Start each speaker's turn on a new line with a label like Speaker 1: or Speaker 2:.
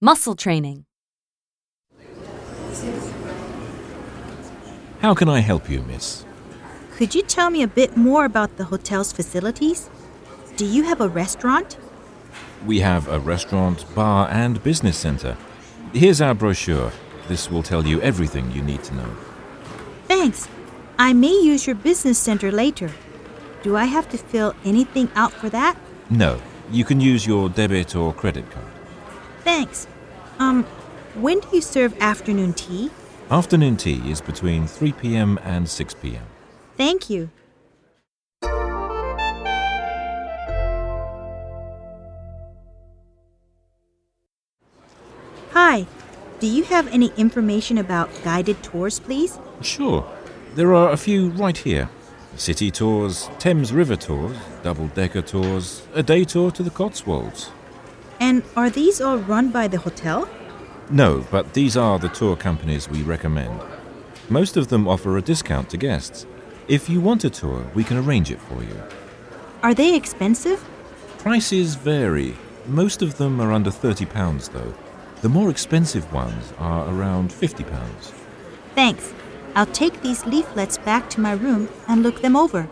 Speaker 1: Muscle training.
Speaker 2: How can I help you, miss?
Speaker 3: Could you tell me a bit more about the hotel's facilities? Do you have a restaurant?
Speaker 2: We have a restaurant, bar, and business center. Here's our brochure. This will tell you everything you need to know.
Speaker 3: Thanks. I may use your business center later. Do I have to fill anything out for that?
Speaker 2: No, you can use your debit or credit card.
Speaker 3: Thanks. Um, when do you serve afternoon tea?
Speaker 2: Afternoon tea is between 3 p.m. and 6 p.m.
Speaker 3: Thank you. Hi, do you have any information about guided tours, please?
Speaker 2: Sure, there are a few right here city tours, Thames River tours, double decker tours, a day tour to the Cotswolds.
Speaker 3: And are these all run by the hotel?
Speaker 2: No, but these are the tour companies we recommend. Most of them offer a discount to guests. If you want a tour, we can arrange it for you.
Speaker 3: Are they expensive?
Speaker 2: Prices vary. Most of them are under £30, though. The more expensive ones are around £50.
Speaker 3: Thanks. I'll take these leaflets back to my room and look them over.